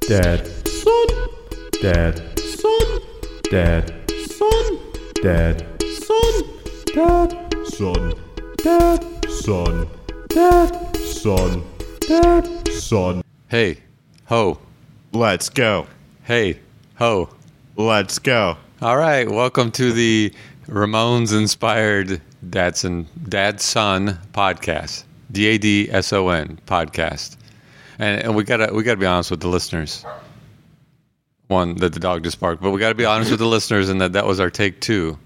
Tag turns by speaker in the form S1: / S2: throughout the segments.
S1: Dad. Son. Dad. Son. Dad. Son. Dad. Son. Dad. Son. Dad. Son. Dad. Son. Dad. Son.
S2: Hey, ho,
S3: Let's go.
S2: hey, ho.
S3: Let's go.
S2: All right, welcome to the Ramones inspired Dad's and Dad's Son podcast. D A D S O N podcast. And, and we gotta we gotta be honest with the listeners. One that the dog just barked, but we gotta be honest with the listeners and that that was our take two.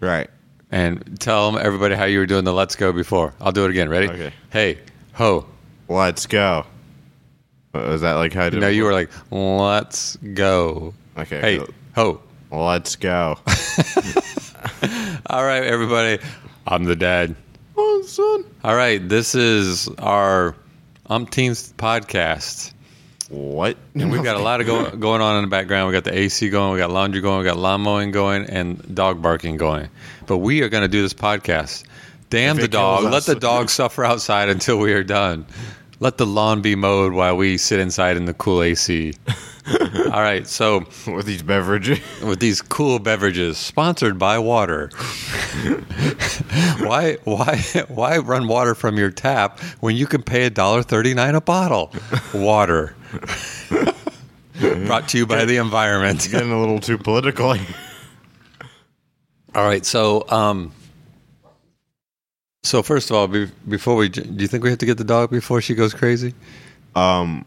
S3: Right.
S2: And tell them everybody how you were doing the let's go before. I'll do it again. Ready?
S3: Okay.
S2: Hey, ho.
S3: Let's go. What, was that like how did
S2: No, you were like, let's go.
S3: Okay,
S2: Hey,
S3: cool.
S2: ho.
S3: Let's go.
S2: All right, everybody. I'm the dad.
S3: oh, son.
S2: All right, this is our umpteenth podcast.
S3: What?
S2: And we've got a lot of go- going on in the background. We got the AC going, we got laundry going, we got lawn mowing going, and dog barking going. But we are going to do this podcast. Damn
S3: If
S2: the
S3: it kills
S2: dog. Let
S3: us.
S2: the dog suffer outside until we are done. Let the lawn be mowed while we sit inside in the cool AC. All right, so
S3: with these beverages.
S2: with these cool beverages sponsored by water. why why why run water from your tap when you can pay $1.39 a bottle? Water. Brought to you by the environment.
S3: Getting a little too political.
S2: All right, so um so first of all, be, before we do you think we have to get the dog before she goes crazy?
S3: um.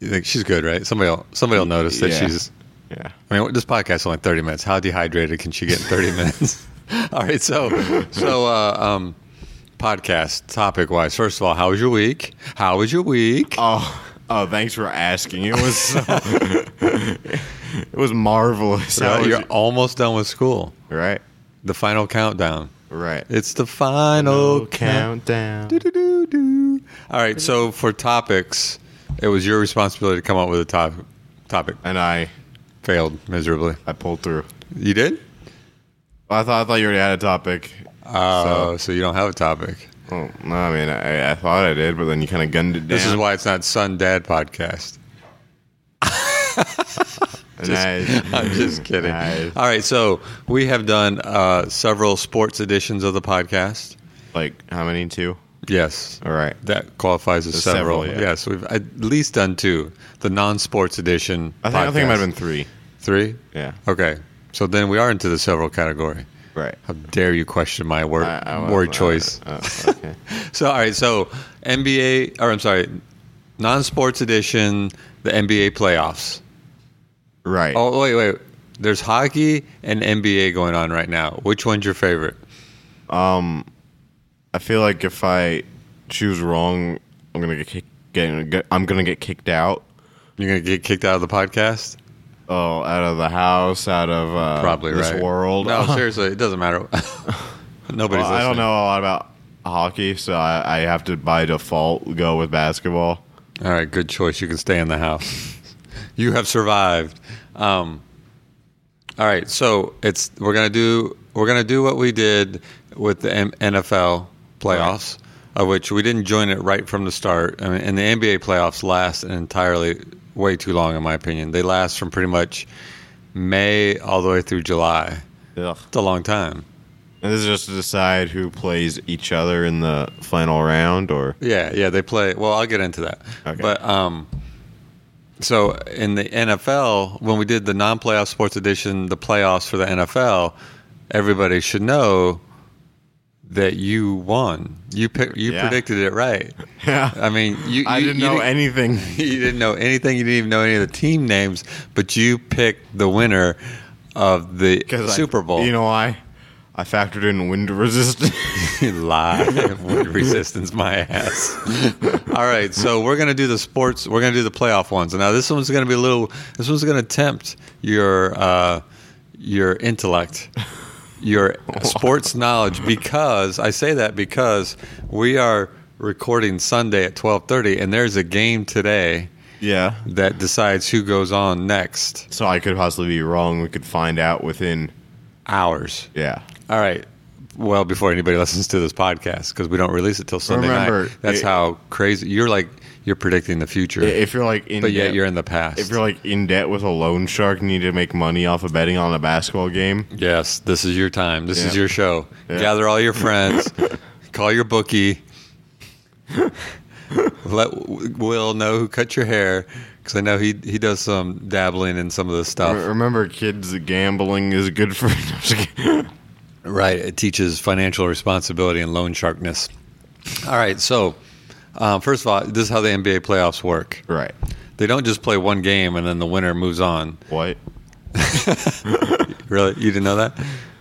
S2: You think she's good, right? Somebody'll somebody'll notice that
S3: Yeah.
S2: she's
S3: Yeah.
S2: I mean, this podcast's only thirty minutes. How dehydrated can she get in thirty minutes? All right, so so uh, um, podcast topic wise, first of all, how was your week? How was your week?
S3: Oh. Oh. Thanks for asking. It was. So, it was marvelous. How
S2: Uh,
S3: was
S2: you're
S3: it?
S2: almost done with school.
S3: Right.
S2: The final countdown.
S3: Right.
S2: It's the final count.
S3: countdown.
S2: Doo-doo-doo-doo. All right, so for topics, it was your responsibility to come up with a top, topic.
S3: And I.
S2: Failed miserably.
S3: I pulled through.
S2: You did?
S3: I thought. I thought you already had a topic.
S2: Uh, so you don't have a topic.
S3: Well, no, I mean, I, I thought I did, but then you kind of gunned it down.
S2: This is why it's not Son Dad podcast.
S3: Nice.
S2: I'm just kidding.
S3: Nice.
S2: All right, so we have done uh, several sports editions of the podcast.
S3: Like how many? Two.
S2: Yes,
S3: All right.
S2: that qualifies as
S3: There's
S2: several.
S3: several, yeah.
S2: Yes, we've at least done two. The non-sports edition.
S3: I think I think it
S2: podcast.
S3: might have been three.
S2: three.
S3: Yeah.
S2: Okay, so then we are into the several category.
S3: Right.
S2: How dare you question my word
S3: I- I-
S2: word
S3: I-
S2: choice?
S3: uh, okay.
S2: So all right, so NBA or I'm sorry, non-sports edition, the NBA playoffs.
S3: Right.
S2: Oh wait, wait. There's hockey and NBA going on right now. Which one's your favorite?
S3: I feel like if I choose wrong, I'm gonna get kicked. Get, get- I'm gonna get kicked out.
S2: You're gonna get kicked out of the podcast?
S3: Oh, out of the house, out of uh,
S2: Probably
S3: this
S2: right.
S3: world.
S2: No, seriously, it doesn't matter. Nobody's.
S3: Well, I don't
S2: listening.
S3: know a lot about hockey, so I, I have to by default go with basketball.
S2: All right, good choice. You can stay in the house. you have survived. Um, all right, so it's we're gonna do we're gonna do what we did with the M- NFL playoffs, of which we didn't join it right from the start. I mean, and the NBA playoffs last an entirely way too long, in my opinion. They last from pretty much May all the way through July.
S3: Ugh.
S2: It's a long time.
S3: And this is just to decide who plays each other in the final round, or
S2: Yeah, yeah, they play. Well, I'll get into that.
S3: Okay.
S2: But um, so in the NFL, when we did the non-playoff sports edition, the playoffs for the NFL, everybody should know that you won. You pick, you
S3: Yeah.
S2: predicted it right.
S3: yeah.
S2: I mean, you,
S3: I
S2: you-
S3: didn't
S2: you
S3: know anything.
S2: You didn't know anything. You didn't even know any of the team names, but you picked the winner of the
S3: 'Cause I-
S2: Super Bowl.
S3: You know why? I factored in wind resistance.
S2: Live wind resistance, my ass. All right, so we're gonna do the sports. We're gonna do the playoff ones. Now this one's gonna be a little. This one's gonna tempt your uh, your intellect, your sports knowledge. Because I say that because we are recording Sunday at twelve thirty, and there's a game today
S3: yeah.
S2: that decides who goes on next
S3: So I could possibly be wrong. We could find out within.
S2: hours.
S3: Yeah.
S2: All right. Well, before anybody listens to this podcast, because we don't release it till Sunday
S3: Remember,
S2: night. That's
S3: it-
S2: how crazy you're. Like you're predicting the future,
S3: If you're like in
S2: but
S3: debt,
S2: yet you're in the past.
S3: if you're like in debt with a loan shark, and you need to make money off of betting on a basketball game.
S2: yes, this is your time. This is
S3: Yeah.
S2: your show.
S3: Yeah.
S2: Gather all your friends. call your bookie. Let W- Will know who cut your hair because I know he he does some dabbling in some of this stuff.
S3: Re- Remember, kids, gambling is good for. I'm just kidding.
S2: Right. It teaches financial responsibility and loan sharkness. All right. So, um, first of all, this is how the NBA playoffs work.
S3: right.
S2: They don't just play one game and then the winner moves on.
S3: What?
S2: Really? You didn't know that?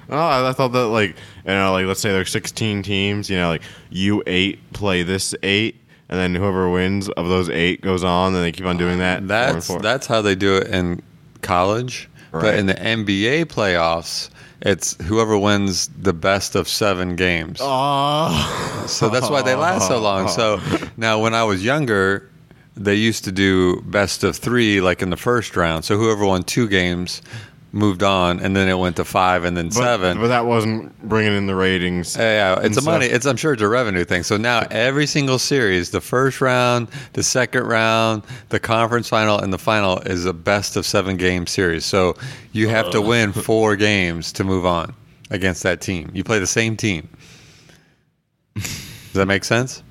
S3: Oh, I I thought that like you know, like let's say there's 16 teams. You know, like you eight play this eight, and then whoever wins of those eight goes on, and they keep on doing that. four and
S2: That's
S3: four.
S2: that's how they do it in college. But
S3: Right.
S2: in the NBA playoffs, it's whoever wins the best of seven games.
S3: Oh,
S2: So that's why they last so long. So now, when I was younger, they used to do best of three, like in the first round. So whoever won two games moved on, and then it went to five, and then
S3: but,
S2: seven. Eh.
S3: But that wasn't bringing in the ratings.
S2: yeah, yeah, it's
S3: And
S2: a
S3: so-
S2: money. It's I'm sure it's a revenue thing. So now every single series, the first round, the second round, the conference final, and the final is a best of seven game series. So you have
S3: Uh.
S2: to win four games to move on against that team. You play the same team. Does that make sense?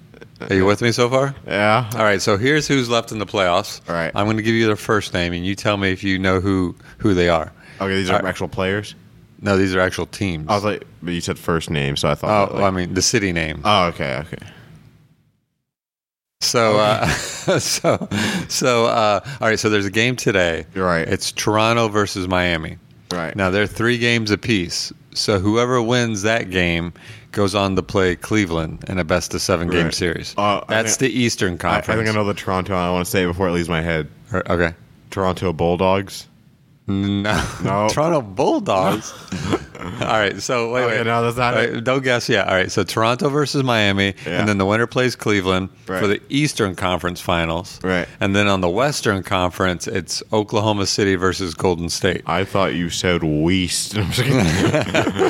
S2: Are you with me so far?
S3: Yeah.
S2: All right, so here's who's left in the playoffs.
S3: All right.
S2: I'm going to give you their first name, and you tell me if you know who who they are.
S3: Okay, these
S2: All
S3: are
S2: right.
S3: actual players.
S2: No, these are actual teams.
S3: I was like, but you said first name, so I
S2: oh,
S3: thought. that,
S2: I
S3: like-
S2: mean the city name.
S3: oh, okay, okay.
S2: So, uh, so, so, uh, all right. So there's a game today.
S3: You're right.
S2: It's Toronto versus Miami.
S3: Right.
S2: Now they're three games apiece. So whoever wins that game goes on to play Cleveland in a best of seven game
S3: Right.
S2: series.
S3: Uh, I
S2: That's
S3: think-
S2: the
S3: I, I
S2: Eastern
S3: think
S2: Conference.
S3: I know the Toronto. and I want to say it before it leaves my head.
S2: Or- okay.
S3: Toronto Bulldogs.
S2: No.
S3: No.
S2: Toronto Bulldogs. All right. So wait,
S3: Okay,
S2: wait.
S3: no, that's not
S2: All
S3: it.
S2: right, Don't guess. Yeah. All right. So Toronto versus Miami,
S3: Yeah.
S2: and then the winner plays Cleveland for
S3: Right.
S2: the Eastern Conference Finals.
S3: Right.
S2: And then on the Western Conference, it's Oklahoma City versus Golden State.
S3: I thought you said Weast. I'm just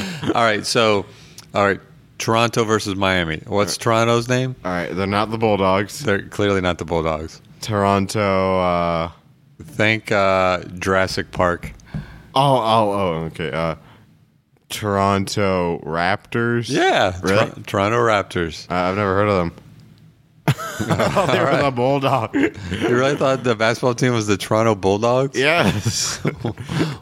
S3: kidding.
S2: All right. So, all right. Toronto versus Miami. What's Toronto's name?
S3: All right, they're not the Bulldogs.
S2: They're clearly not the Bulldogs.
S3: Toronto. Uh,
S2: Thank uh, Jurassic Park.
S3: Oh, oh, oh, okay. Uh, Toronto Raptors.
S2: Yeah.
S3: Really?
S2: Tor- Toronto Raptors.
S3: Uh, I've never heard of them. oh, they were the Bulldog.
S2: You really thought the basketball team was the Toronto Bulldogs?
S3: yes.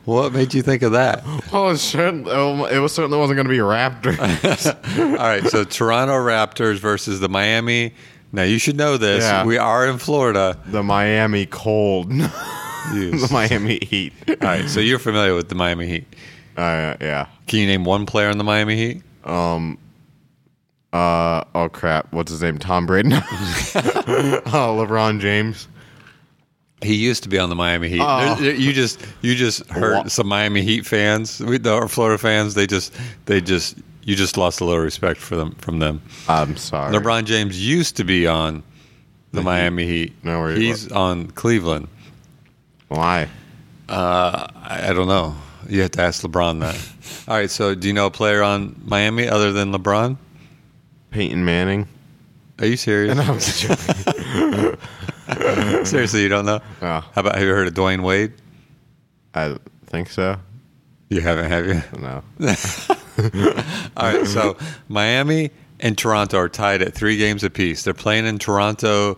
S2: What made you think of that?
S3: well, it, certain, um, it was certainly wasn't going to be Raptors.
S2: All right, so Toronto Raptors versus the Miami. Now you should know this.
S3: Yeah.
S2: We are in Florida.
S3: the Miami Cold. the
S2: All
S3: Miami Heat. All
S2: right, so you're familiar with the Miami Heat.
S3: Uh, yeah.
S2: Can you name one player in the Miami Heat?
S3: Uh, oh, crap. What's his name? Tom Braden? oh, LeBron James.
S2: He used to be on the Miami Heat.
S3: Oh.
S2: There- You just you just hurt
S3: Wha-
S2: some Miami Heat fans. We, the our Florida fans, they just they just you just lost a little respect for them from them.
S3: I'm sorry.
S2: LeBron James used to be on the, Miami Heat.
S3: No, where he-
S2: he's on Cleveland.
S3: Why?
S2: I, I don't know. You have to ask LeBron that. All right. So, do you know a player on Miami other than LeBron?
S3: Peyton Manning?
S2: Are you serious?
S3: I'm just joking.
S2: Seriously, you don't know?
S3: No.
S2: How about have you heard of Dwayne Wade?
S3: Oh, I think so.
S2: You haven't, have you?
S3: No.
S2: All right. So, Miami and Toronto are tied at three games apiece. They're playing in Toronto.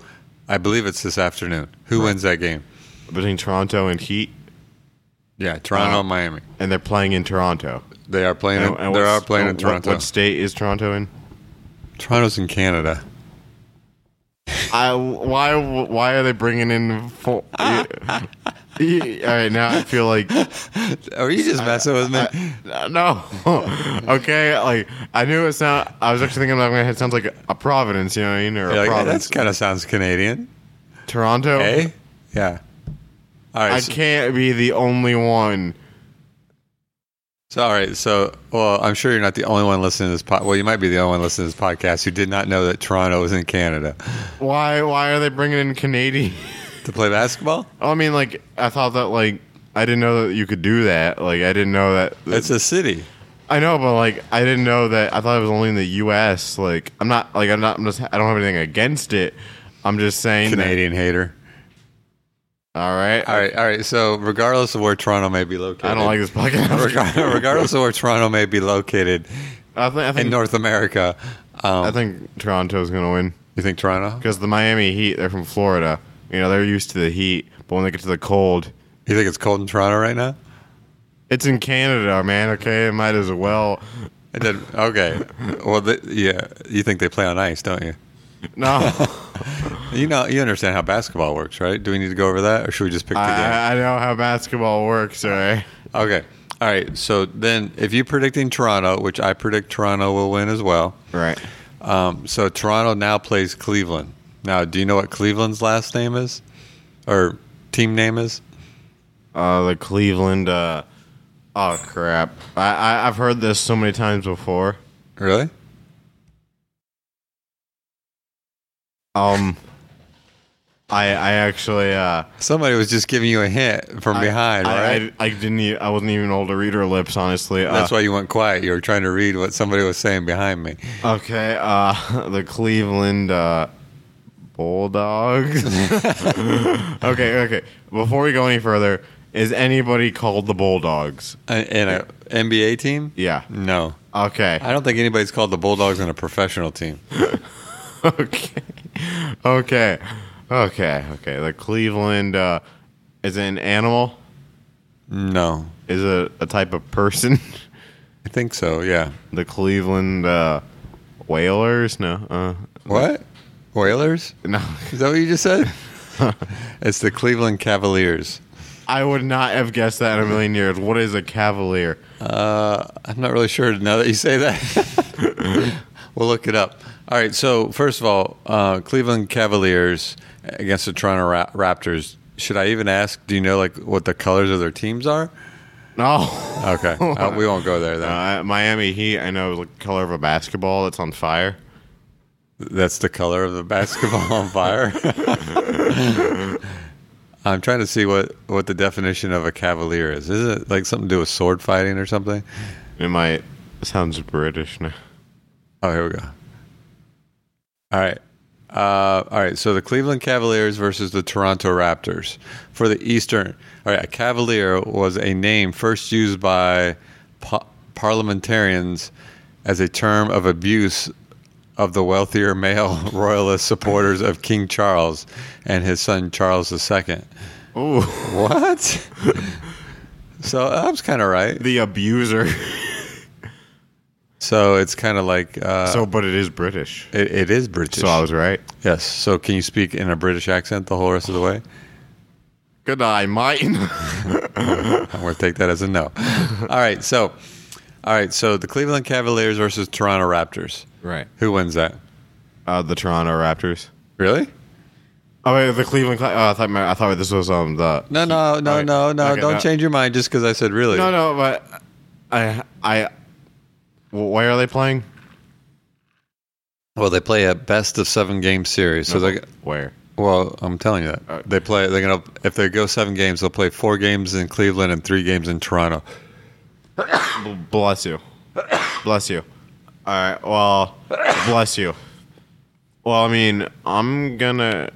S2: I believe it's this afternoon. Who wins that game?
S3: Between Toronto and Heat,
S2: Yeah, Toronto
S3: Uh,
S2: and Miami.
S3: and they're playing in Toronto.
S2: They are playing.
S3: And-
S2: in,
S3: and
S2: they are
S3: what's-
S2: playing in
S3: what-
S2: Toronto.
S3: What, state is Toronto in?
S2: Toronto's in Canada.
S3: I why why are they bringing in? Full, all right, now I feel like
S2: Are you just messing with me?
S3: no. okay, like I knew it sound. I was actually thinking about my head. It sounds like a Providence, you know what I mean, or
S2: You're
S3: a
S2: like, "Hey,
S3: Providence,
S2: that's kind of sounds Canadian.
S3: Toronto.
S2: Hey, yeah. All right.
S3: I
S2: so-
S3: can't be the only one.
S2: So, all right. So, well, I'm sure you're not the only one listening to this podcast. Well, you might be the only one listening to this podcast who did not know that Toronto was in Canada
S3: Why why are they bringing in Canadian?
S2: to play basketball.
S3: I mean, like I thought that like. I didn't know that you could do that. Like, I didn't know that.
S2: It's a city.
S3: I know, but like I didn't know that. I thought it was only in the U.S. Like I'm not like I'm not. I'm just. I don't have anything against it. I'm just saying. that-
S2: Canadian hater.
S3: all right.
S2: All right, all right. So, regardless of where Toronto may be located,
S3: I don't like this podcast.
S2: Regar- regardless of where Toronto may be located
S3: I think I
S2: in
S3: think,
S2: North America, um,
S3: I think Toronto's gonna win
S2: you think Toronto?
S3: because the Miami Heat. They're from Florida. You know they're used to the heat, but when they get to the cold,
S2: You think it's cold in Toronto right now?
S3: it's in Canada, man. Okay, it might as well.
S2: It did, okay. Well, th yeah. You think they play on ice, don't you?
S3: No,
S2: You know, you understand how basketball works, right? Do we need to go over that, or should we just pick the game?
S3: I, I know how basketball works. All right.
S2: Okay. All right. So then, if you're predicting Toronto, which I predict Toronto will win as well,
S3: Right.
S2: um, so Toronto now plays Cleveland. Now, do you know what Cleveland's last name is, or team name is?
S3: Uh, the Cleveland. Uh, oh crap! I, I I've heard this so many times before.
S2: Really?
S3: Um, I I actually uh
S2: Somebody was just giving you a hint from behind,
S3: I,
S2: right?
S3: I, I didn't e- I wasn't even able to read her lips honestly.
S2: That's
S3: uh,
S2: why you went quiet. You were trying to read what somebody was saying behind me.
S3: Okay. Uh, the Cleveland uh, Bulldogs. okay. Okay. Before we go any further, is anybody called the Bulldogs?
S2: In Uh, in a NBA team?
S3: Yeah.
S2: No.
S3: Okay.
S2: I don't think anybody's called the Bulldogs in a professional team.
S3: okay. Okay. Okay. Okay. The Cleveland uh, is it an animal?
S2: No.
S3: Is it a type of person?
S2: I think so, yeah.
S3: the Cleveland uh, Whalers? No. Uh,
S2: What? Oilers?
S3: no.
S2: Is that what you just said? it's the Cleveland Cavaliers.
S3: I would not have guessed that in a million years. What is a cavalier?
S2: Uh, I'm not really sure now that you say that. we'll look it up. All right. So, first of all, uh, Cleveland Cavaliers against the Toronto Ra- Raptors. Should I even ask? Do you know like what the colors of their teams are?
S3: No.
S2: Okay, uh, we won't go there. Then
S3: Uh, Miami Heat, I know the color of a basketball that's on fire.
S2: that's the color of the basketball on fire. I'm trying to see what what the definition of a cavalier is. Is it like something to do with sword fighting or something?
S3: It might sounds British now.
S2: Oh, here we go. All right. Uh, all right. So the Cleveland Cavaliers versus the Toronto Raptors for the Eastern. All right. A Cavalier was a name first used by pa- parliamentarians as a term of abuse of the wealthier male royalist supporters of King Charles and his son Charles II.
S3: Oh,
S2: What? so I was kind of right.
S3: the abuser.
S2: So it's kind of like uh,
S3: so, but it is British.
S2: it, it is British.
S3: So I was right.
S2: Yes. So can you speak in a British accent the whole rest of the way?
S3: Good eye, mine.
S2: I'm going to take that as a no. All right. So, all right. So the Cleveland Cavaliers versus Toronto Raptors.
S3: right.
S2: Who wins that?
S3: Uh, the Toronto Raptors.
S2: Really?
S3: Oh, um,
S2: No, no, no,
S3: Okay.
S2: no, no.
S3: Okay,
S2: Don't
S3: no.
S2: change your mind just because I said really.
S3: No, no, but I I. Well, where are they playing?
S2: Well, they play a best of seven game series. So they
S3: Where?
S2: well, I'm telling you that
S3: Alright.
S2: they play. They're gonna if they go seven games, they'll play four games in Cleveland and three games in Toronto.
S3: B- Bless you. Bless you. All right. Well, bless you. Well, I mean, I'm gonna.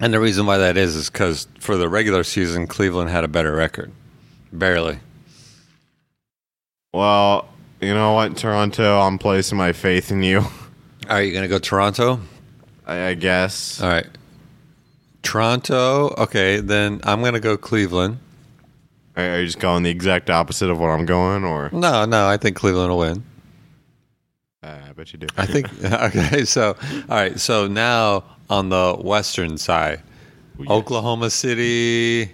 S2: And the reason why that is is because for the regular season, Cleveland had a better record, barely.
S3: Well, you know what, Toronto? I'm placing my faith in you.
S2: Are you gonna go Toronto?
S3: I, I guess.
S2: All right. Toronto. Okay, then I'm going to go Cleveland.
S3: Are, are you just going the exact opposite of what I'm going, or?
S2: No, no, I think Cleveland will win.
S3: Uh, I bet you do.
S2: I think okay, so all right, so now on the western side, Oklahoma City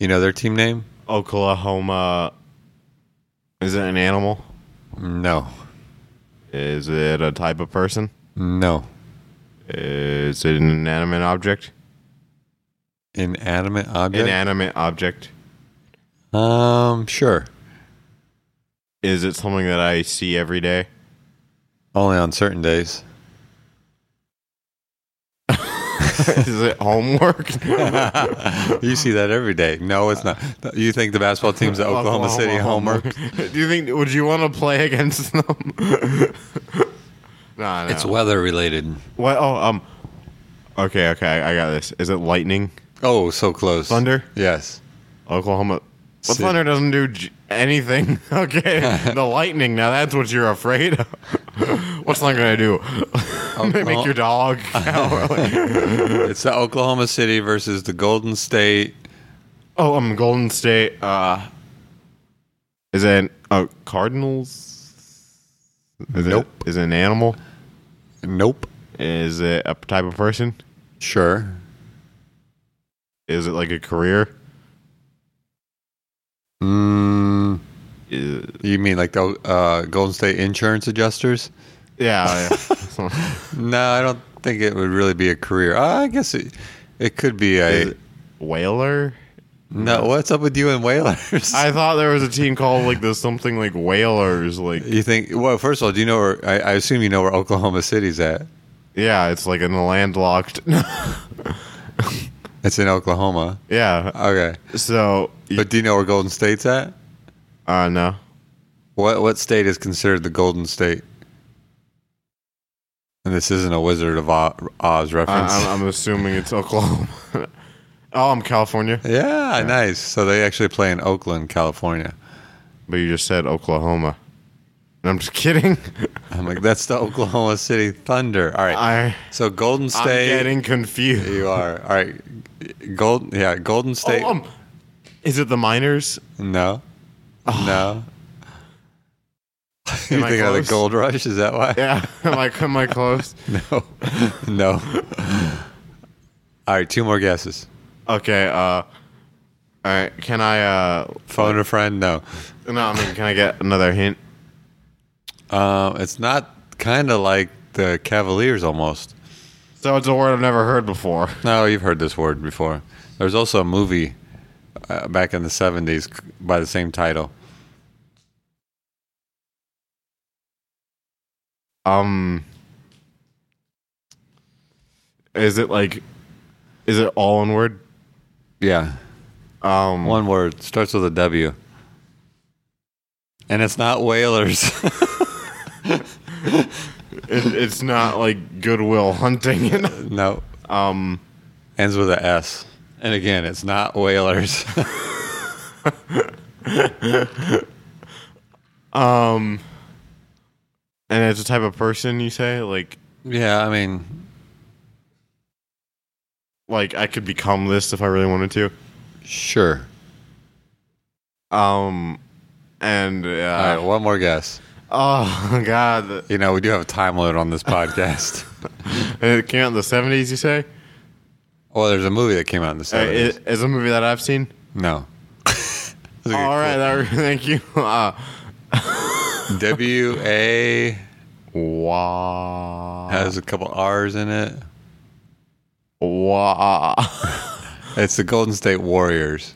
S2: You know their team name?
S3: Oklahoma. Is it an animal?
S2: No.
S3: Is it a type of person?
S2: No.
S3: Is it an inanimate object?
S2: Inanimate object?
S3: Inanimate object.
S2: um, sure.
S3: Is it something that I see every day?
S2: Only on certain days.
S3: Is it homework?
S2: you see that every day. No, it's not. You think the basketball team's at Oklahoma, City homework?
S3: Do you think? Would you want to play against them? nah, no.
S2: It's weather related.
S3: what? Oh, um, Okay, okay, I, I got this. Is it lightning?
S2: Oh, so close.
S3: Thunder?
S2: Yes.
S3: Oklahoma. The
S2: City.
S3: thunder doesn't do j- anything. okay, the lightning. Now that's what you're afraid of. What's thunder gonna do? Make
S2: Oklahoma-
S3: your dog.
S2: It's the Oklahoma City versus the Golden State.
S3: oh, I'm Golden State. Uh, is it oh Cardinals? Is
S2: Nope.
S3: It, is it an animal?
S2: Nope.
S3: Is it a type of person?
S2: Sure.
S3: Is it like a career?
S2: Mm,
S3: Is-
S2: you mean like the uh, Golden State insurance adjusters?
S3: yeah. yeah.
S2: No, I don't think it would really be a career. Uh, I guess it, it could be
S3: Is
S2: a.
S3: it whaler?
S2: No, what's up with you and whalers?
S3: I thought there was a team called like the something like whalers. Like
S2: you think? Well, first of all, do you know where? I, I assume you know where Oklahoma City's at.
S3: yeah, it's like in the landlocked.
S2: It's in Oklahoma.
S3: yeah.
S2: Okay,
S3: So you-
S2: but do you know where Golden State's at?
S3: uh no.
S2: What what state is considered the Golden State? And this isn't a Wizard of Oz, Oz reference.
S3: I, I'm, I'm assuming it's Oklahoma. oh, I'm California.
S2: yeah, nice. So they actually play in Oakland, California.
S3: But you just said Oklahoma. And I'm just kidding.
S2: I'm like, that's the Oklahoma City Thunder. All right.
S3: I
S2: so Golden
S3: I'm
S2: State.
S3: getting confused.
S2: You are. All right. Gold yeah, Golden State.
S3: Oh, um, is it the miners?
S2: no. No.
S3: Am
S2: you
S3: oh. I
S2: thinking of the
S3: close?
S2: gold rush? Is that why?
S3: Yeah. am I am I close?
S2: No. no. All right, two more guesses.
S3: Okay. Uh, all right. Can I? Uh,
S2: Phone a friend? No.
S3: no. I mean, can I get another hint?
S2: Um, it's not kind of like the Cavaliers almost.
S3: So it's a word I've never heard before.
S2: No, you've heard this word before. There's also a movie uh, back in the 70s c- by the same title.
S3: Um, is it like? Is it all in word?
S2: Yeah.
S3: Um,
S2: One word starts with a W. And it's not whalers.
S3: it, it's not like Goodwill Hunting.
S2: no,
S3: um,
S2: ends with a S. And again, it's not whalers.
S3: um, and it's a type of person you say like
S2: yeah, I mean,
S3: like I could become this if I really wanted
S2: sure.
S3: to. Um, and uh,
S2: All right, one more guess.
S3: oh god,
S2: You know, we do have a time limit on this podcast.
S3: it came out in the seventies. You say
S2: well, there's a movie that came out in the
S3: Uh,
S2: 70s.
S3: it, it's a movie that I've seen.
S2: no. All
S3: All right, that- thank you. Uh,
S2: W A
S3: Wah.
S2: has a couple R's in it.
S3: Wah.
S2: It's the Golden State Warriors.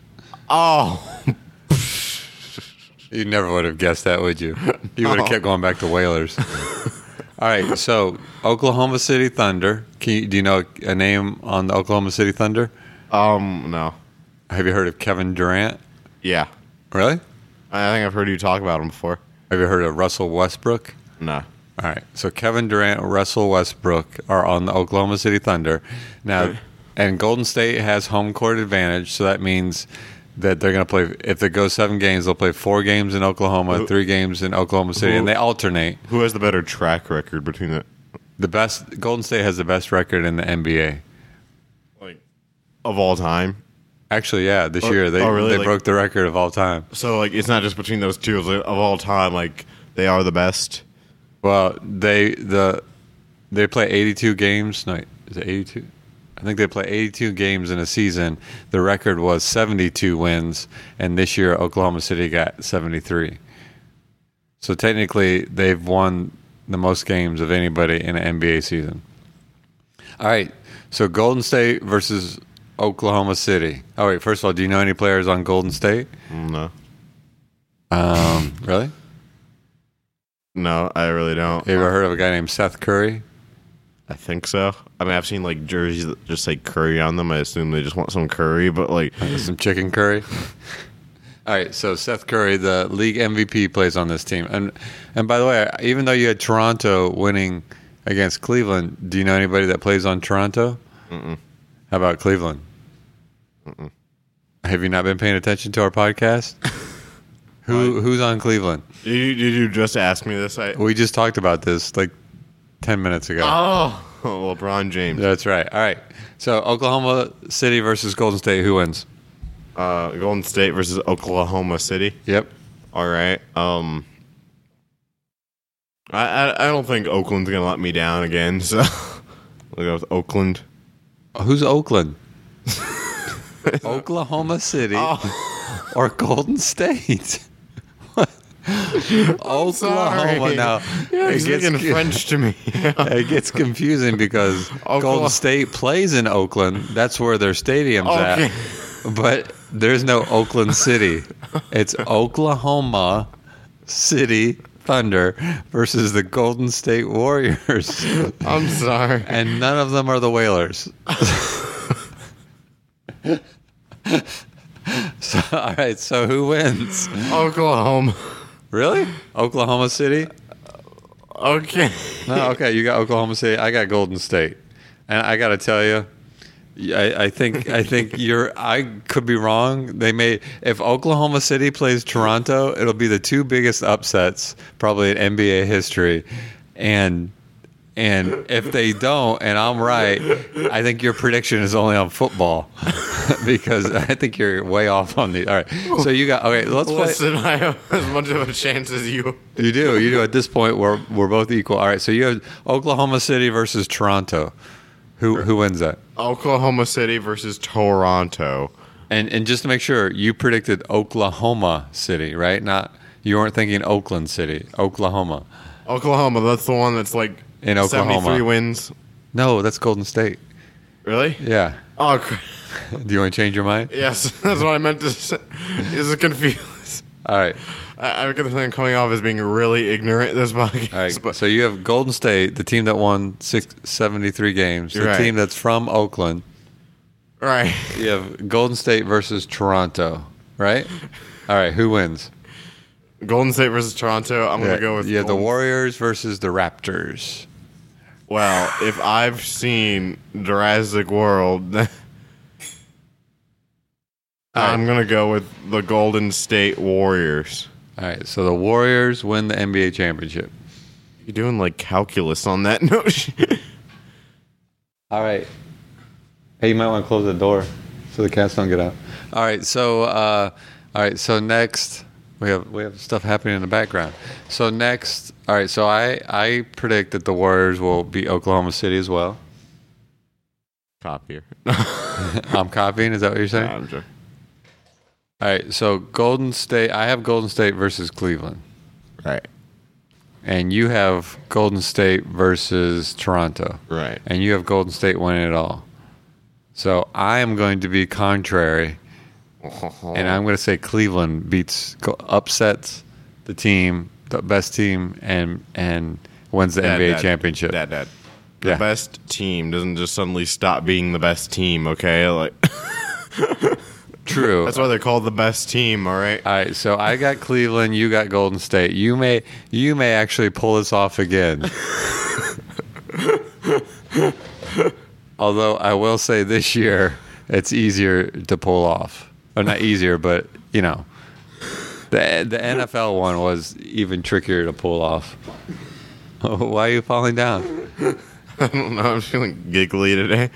S3: Oh.
S2: You never would have guessed that, would you? You would have kept going back to Whalers. All right, so Oklahoma City Thunder. Can you, do you know a name on the Oklahoma City Thunder?
S3: Um, no.
S2: Have you heard of Kevin Durant?
S3: Yeah.
S2: Really?
S3: I think I've heard you talk about him before.
S2: Have you heard of Russell Westbrook?
S3: No.
S2: All right, so Kevin Durant, Russell Westbrook are on the Oklahoma City Thunder now, and Golden State has home court advantage, so that means that they're going to play. If they go seven games, they'll play four games in Oklahoma, three games in Oklahoma City, and they alternate.
S3: Who has the better track record between the
S2: The best Golden State has the best record in the NBA.
S3: like of all time?
S2: Actually, yeah, this year they
S3: oh, really?
S2: they
S3: Like-
S2: broke the record of all time.
S3: So like it's not just between those two, it's like, of all time like they are the best.
S2: Well, they the they play 82 games. No, is it 82? I think they play 82 games in a season. The record was 72 wins, and this year Oklahoma City got 73. So technically, they've won the most games of anybody in an NBA season. All right, so Golden State versus Oklahoma City. Oh wait, first of all, do you know any players on Golden State?
S3: Mm, No.
S2: Um, really?
S3: No, I really don't.
S2: You ever heard of a guy named Seth Curry?
S3: I think so. I mean, I've seen like jerseys that just say curry on them. I assume they just want some curry, but like
S2: some chicken curry. All right, so Seth Curry, the league MVP, plays on this team, and and by the way, even though you had Toronto winning against Cleveland, do you know anybody that plays on Toronto? How about Cleveland? Have you not been paying attention to our podcast? Who who's on Cleveland?
S3: Did you, did you just ask me this? I,
S2: We just talked about this like ten minutes ago.
S3: oh, LeBron James.
S2: That's right. All right. So Oklahoma City versus Golden State. Who wins?
S3: Uh, Golden State versus Oklahoma City.
S2: Yep.
S3: All right. Um, I, I I don't think Oakland's gonna let me down again. So we'll go with Oakland.
S2: Oh, Who's Oakland? Oklahoma City
S3: Oh.
S2: or Golden State? Oklahoma.
S3: Sorry.
S2: Now
S3: Yeah, he's speaking
S2: cu-
S3: French to me.
S2: it gets confusing because Golden
S3: Oklahoma-
S2: State plays in Oakland. That's where their stadium's
S3: Okay.
S2: at. But there's no Oakland City. It's Oklahoma City Thunder versus the Golden State Warriors.
S3: I'm sorry.
S2: and none of them are the whalers. so, all right, so who wins?
S3: Oklahoma.
S2: Really? Oklahoma City?
S3: Okay.
S2: No, okay, you got Oklahoma City. I got Golden State, and I got to tell you, I, I think I think you're. I could be wrong. They may if Oklahoma City plays Toronto, it'll be the two biggest upsets probably in NBA history, and. And if they don't, and I'm right, I think your prediction is only on football because I think you're way off on the. All right, so you got okay. Let's play.
S3: Listen, I have as much of a chance as you.
S2: You do. You do. At this point, we're we're both equal. All right. So you have Oklahoma City versus Toronto. Who who wins that?
S3: Oklahoma City versus Toronto.
S2: And and just to make sure, you predicted Oklahoma City, right? Not you weren't thinking Oakland City, Oklahoma.
S3: Oklahoma, that's the one that's like
S2: In Oklahoma.
S3: 73 wins.
S2: No, that's Golden State.
S3: Really?
S2: Yeah.
S3: Oh, cr-
S2: Do you want to change your mind?
S3: yes. That's what I meant to say. This is confused.
S2: All right.
S3: I, I think I'm coming off as being really ignorant this podcast.
S2: All right.
S3: But
S2: so you have Golden State, the team that won six, 73 games, the
S3: You're right.
S2: team that's from Oakland.
S3: right.
S2: You have Golden State versus Toronto, right? All right. Who wins?
S3: Golden State versus Toronto. I'm
S2: Yeah,
S3: gonna go with
S2: yeah, the
S3: Golden-
S2: Warriors versus the Raptors.
S3: Well, if I've seen Jurassic World, I'm gonna go with the Golden State Warriors.
S2: All right, so the Warriors win the NBA championship.
S3: You're doing like calculus on that note.
S2: All right. Hey, you might want to close the door so the cats don't get out. All right, so uh, all right, so next we have we have stuff happening in the background. So next, all right, so I I predict that the Warriors will beat Oklahoma City as well.
S3: Cop here.
S2: I'm copying. Is that what you're saying?
S3: I'm joking.
S2: All right, so Golden State. I have Golden State versus Cleveland,
S3: Right.
S2: and you have Golden State versus Toronto.
S3: Right.
S2: and you have Golden State winning it all. So I am going to be contrary, and I'm going to say Cleveland beats upsets the team, the best team, and and wins the
S3: Dad,
S2: NBA
S3: dad,
S2: championship.
S3: Dad, dad. The
S2: Yeah.
S3: best team doesn't just suddenly stop being the best team, okay? Like
S2: True.
S3: that's why they're called the best team, all right?
S2: all right, so I got Cleveland, you got Golden State. You may you may actually pull this off again. Although I will say this year it's easier to pull off. Or not easier, but you know. The the NFL one was even trickier to pull off. Why are you falling down?
S3: I don't know. I'm feeling giggly today.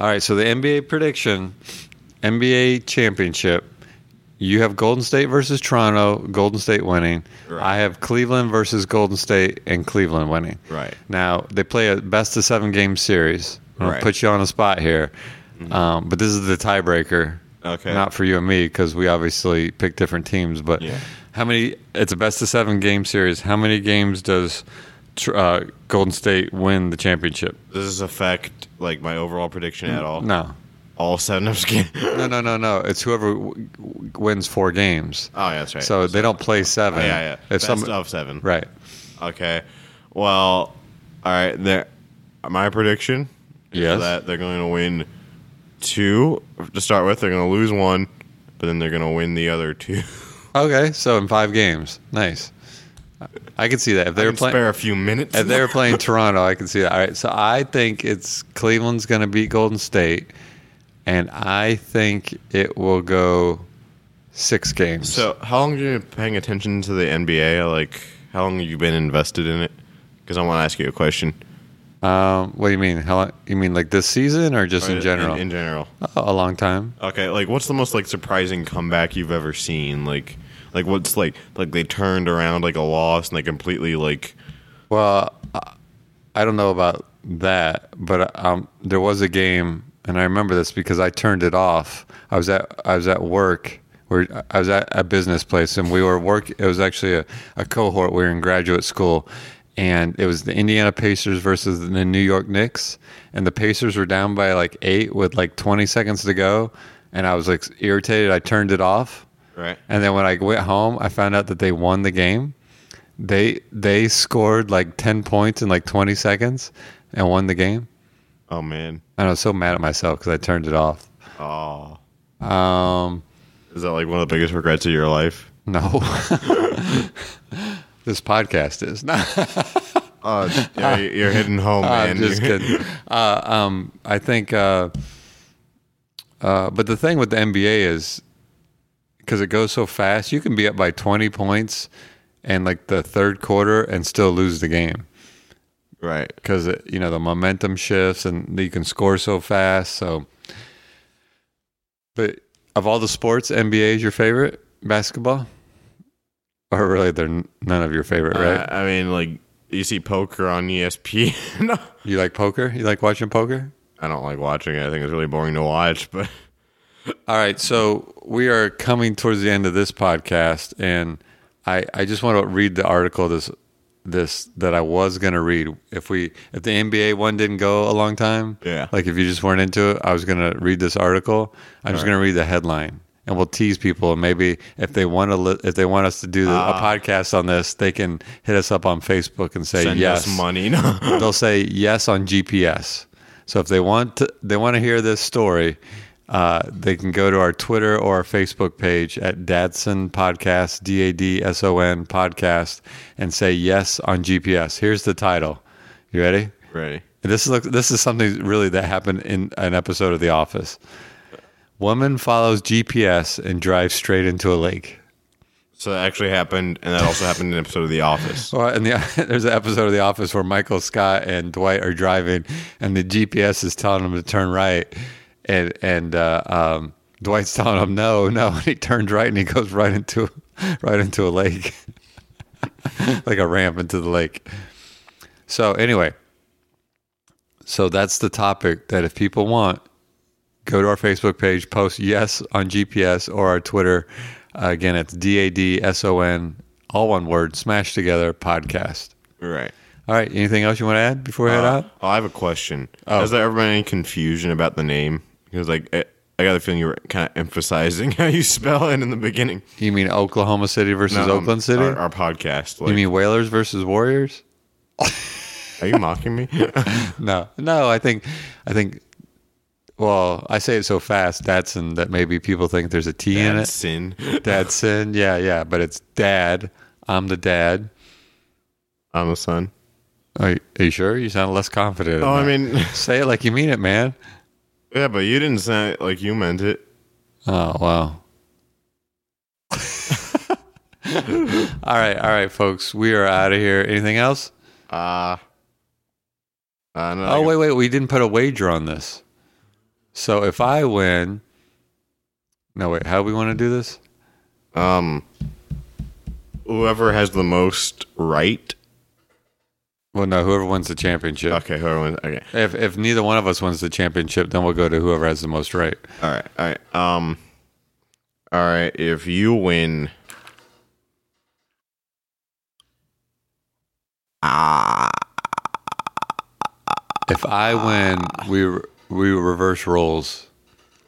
S2: All right, so the NBA prediction, NBA championship. You have Golden State versus Toronto, Golden State winning.
S3: Right.
S2: I have Cleveland versus Golden State and Cleveland winning.
S3: Right.
S2: Now, they play a best of seven game series. I'm going
S3: Right. Mm-hmm.
S2: to put you on the spot here. Um, but this is the tiebreaker.
S3: Okay.
S2: Not for you and me because we obviously pick different teams. But
S3: Yeah.
S2: how many, it's a best of seven game series. How many games does tr- uh, Golden State win the championship?
S3: Does this affect like my overall prediction at all?
S2: No.
S3: All seven. I'm just kidding. Oh
S2: No, no, no, no. It's whoever w- w- wins four games.
S3: Oh, yeah, that's right.
S2: So they don't play seven.
S3: yeah, yeah.
S2: If
S3: Best
S2: some-
S3: of seven.
S2: right.
S3: Okay. Well, all right. There. My prediction is
S2: Yes.
S3: that they're going to win two to start with. They're going to lose one, but then they're going to win the other two.
S2: Okay. So in five games. Nice. I can see that if they
S3: I
S2: were
S3: can
S2: playing.
S3: spare a few minutes.
S2: If they were playing Toronto, I can see that. All right, so I think it's Cleveland's going to beat Golden State, and I think it will go six games.
S3: So, how long are you paying attention to the NBA? Like, how long have you been invested in it? Because I want to ask you a question.
S2: um, what do you mean? How long, you mean like this season or just in general?
S3: In, in general.
S2: Oh, a long time.
S3: Okay, like, what's the most like surprising comeback you've ever seen? Like, like what's like like they turned around like a loss and they completely like
S2: Well, I- I don't know about that, but um, there was a game, and I remember this because I turned it off. I was at I was at work. Where I was at a business place, and we were work. It was actually a, a cohort. We were in graduate school, and it was the Indiana Pacers versus the New York Knicks, and the Pacers were down by like eight with like 20 seconds to go, and I was like irritated. I turned it off,
S3: right.
S2: and then when I went home, I found out that they won the game. They they scored like ten points in like twenty seconds and won the game.
S3: Oh man.
S2: And I was so mad at myself because I turned it off.
S3: Oh,
S2: Um,
S3: is that like one of the biggest regrets of your life?
S2: no, this podcast is. No,
S3: Uh, yeah, you're hidden home, man.
S2: I'm just kidding. Uh, um, I think. Uh, uh, but the thing with the NBA is because it goes so fast, you can be up by twenty points in like the third quarter and still lose the game.
S3: right.
S2: because you know the momentum shifts and you can score so fast. So, but of all the sports, NBA is your favorite basketball, or really they're n- none of your favorite, right?
S3: Uh, I mean, like you see poker on E ESPN. No.
S2: you like poker? You like watching poker?
S3: I don't like watching it. I think it's really boring to watch, but
S2: All right, so we are coming towards the end of this podcast, and I I just want to read the article this this that I was going to read if we if the NBA one didn't go a long time.
S3: Yeah.
S2: Like if you just weren't into it, I was going to read this article. I'm just going to read the headline and we'll tease people and maybe if they want to li- if they want us to do the, a
S3: Ah.
S2: podcast on this, they can hit us up on Facebook and say
S3: send
S2: yes
S3: us money. No.
S2: they'll say yes on GPS. So if they want to, they want to hear this story, uh, they can go to our Twitter or our Facebook page at Dadson Podcast, D A D S O N Podcast, and say yes on GPS. Here's the title. You ready?
S3: Ready.
S2: This is this is something really that happened in an episode of The Office. Woman follows GPS and drives straight into a lake.
S3: So that actually happened, and that also happened in an episode of The Office.
S2: Well, and the, there's an episode of The Office where Michael Scott and Dwight are driving, and the GPS is telling them to turn right, and and uh, um, Dwight's telling him no, no, and he turns right and he goes right into right into a lake, like a ramp into the lake. So anyway, so that's the topic that if people want, go to our Facebook page, post yes on GPS or our Twitter. Uh, again, it's D A D S O N, all one word, smashed together podcast.
S3: Right.
S2: All right. Anything else you want to add before we head
S3: Uh,
S2: out?
S3: oh, I have a question.
S2: Oh.
S3: Has there ever been any confusion about the name? Because like I, I got the feeling you were kind of emphasizing how you spell it in the beginning.
S2: You mean Oklahoma City versus
S3: Um,
S2: Oakland City?
S3: Our, our podcast. Like,
S2: you mean Whalers versus Warriors?
S3: are you mocking me?
S2: No, no. I think, I think. Well, I say it so fast, Datsun, that maybe people think there's a T in
S3: That's
S2: it.
S3: sin.
S2: Datsun, yeah, yeah, but it's Dad. I'm the dad.
S3: I'm a son.
S2: Are you, are you sure? You sound less confident.
S3: Oh, I mean,
S2: say it like you mean it, man.
S3: yeah, but you didn't say it like you meant it.
S2: Oh, wow. all right, all right, folks. We are out of here. Anything else?
S3: Uh, I know.
S2: Oh, wait, wait. We didn't put a wager on this. So if I win. No, wait. How do we want to do this?
S3: Um, whoever has the most right.
S2: Well, no, whoever wins the championship.
S3: Okay, whoever wins. Okay,
S2: If, if neither one of us wins the championship, then we'll go to whoever has the most right.
S3: all right, all right. Um, all right. If you win,
S2: If I win, we, re- we reverse roles.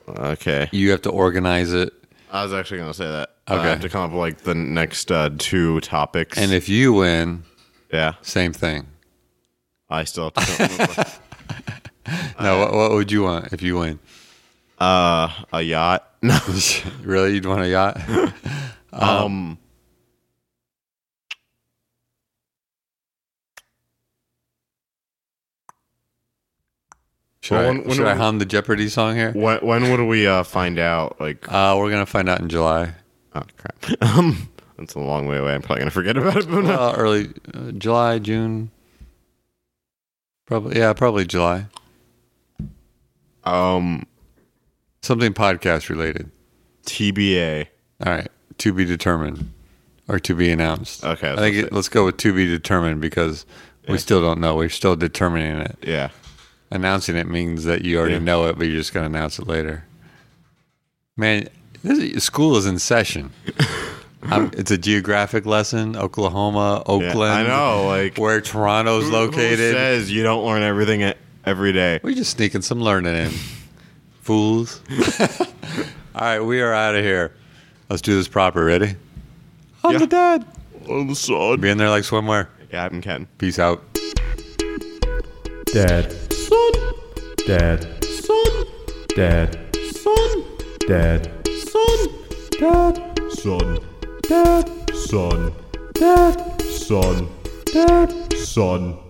S3: okay.
S2: You have to organize it.
S3: I was actually gonna say that. I
S2: Okay.
S3: have to come up with like the next uh, two topics.
S2: And if you win,
S3: yeah,
S2: same thing.
S3: I still have to come up with
S2: No, what, what would you want if you win?
S3: uh, a yacht. No.
S2: Oh. really, you'd want a yacht?
S3: Um.
S2: Should,
S3: Well,
S2: I,
S3: when- when
S2: should
S3: do
S2: I
S3: we-
S2: hum the Jeopardy song here?
S3: When, when would we uh, find out? Like,
S2: Uh, we're gonna find out in July.
S3: oh crap, um, that's a long way away. I'm probably gonna forget about it. But no.
S2: Well, early uh, July, June. Probably, yeah, probably July.
S3: um,
S2: Something podcast related.
S3: TBA.
S2: All right, to be determined or to be announced.
S3: Okay,
S2: I think
S3: that's
S2: it, let's go with to be determined because we still don't know. We're still determining it.
S3: Yeah.
S2: Announcing it means that you already
S3: Yeah.
S2: know it, but you're just gonna announce it later. Man, this is, school is in session. Um it's a geographic lesson. Oklahoma,
S3: Yeah,
S2: Oakland.
S3: I know. Like,
S2: where Toronto's
S3: who- Who
S2: located.
S3: says you don't learn everything e- every day?
S2: We're just sneaking some learning in, fools. All right, we are out of here. Let's do this proper. Ready? I'm
S3: Yeah.
S2: the dad.
S3: On the side.
S2: Be in there like swimwear.
S3: Yeah, I'm Ken.
S2: Peace out.
S1: Dad, son, dad, son, dad, son, dad, son, dad, son, dad, son, dad, son, dad, son.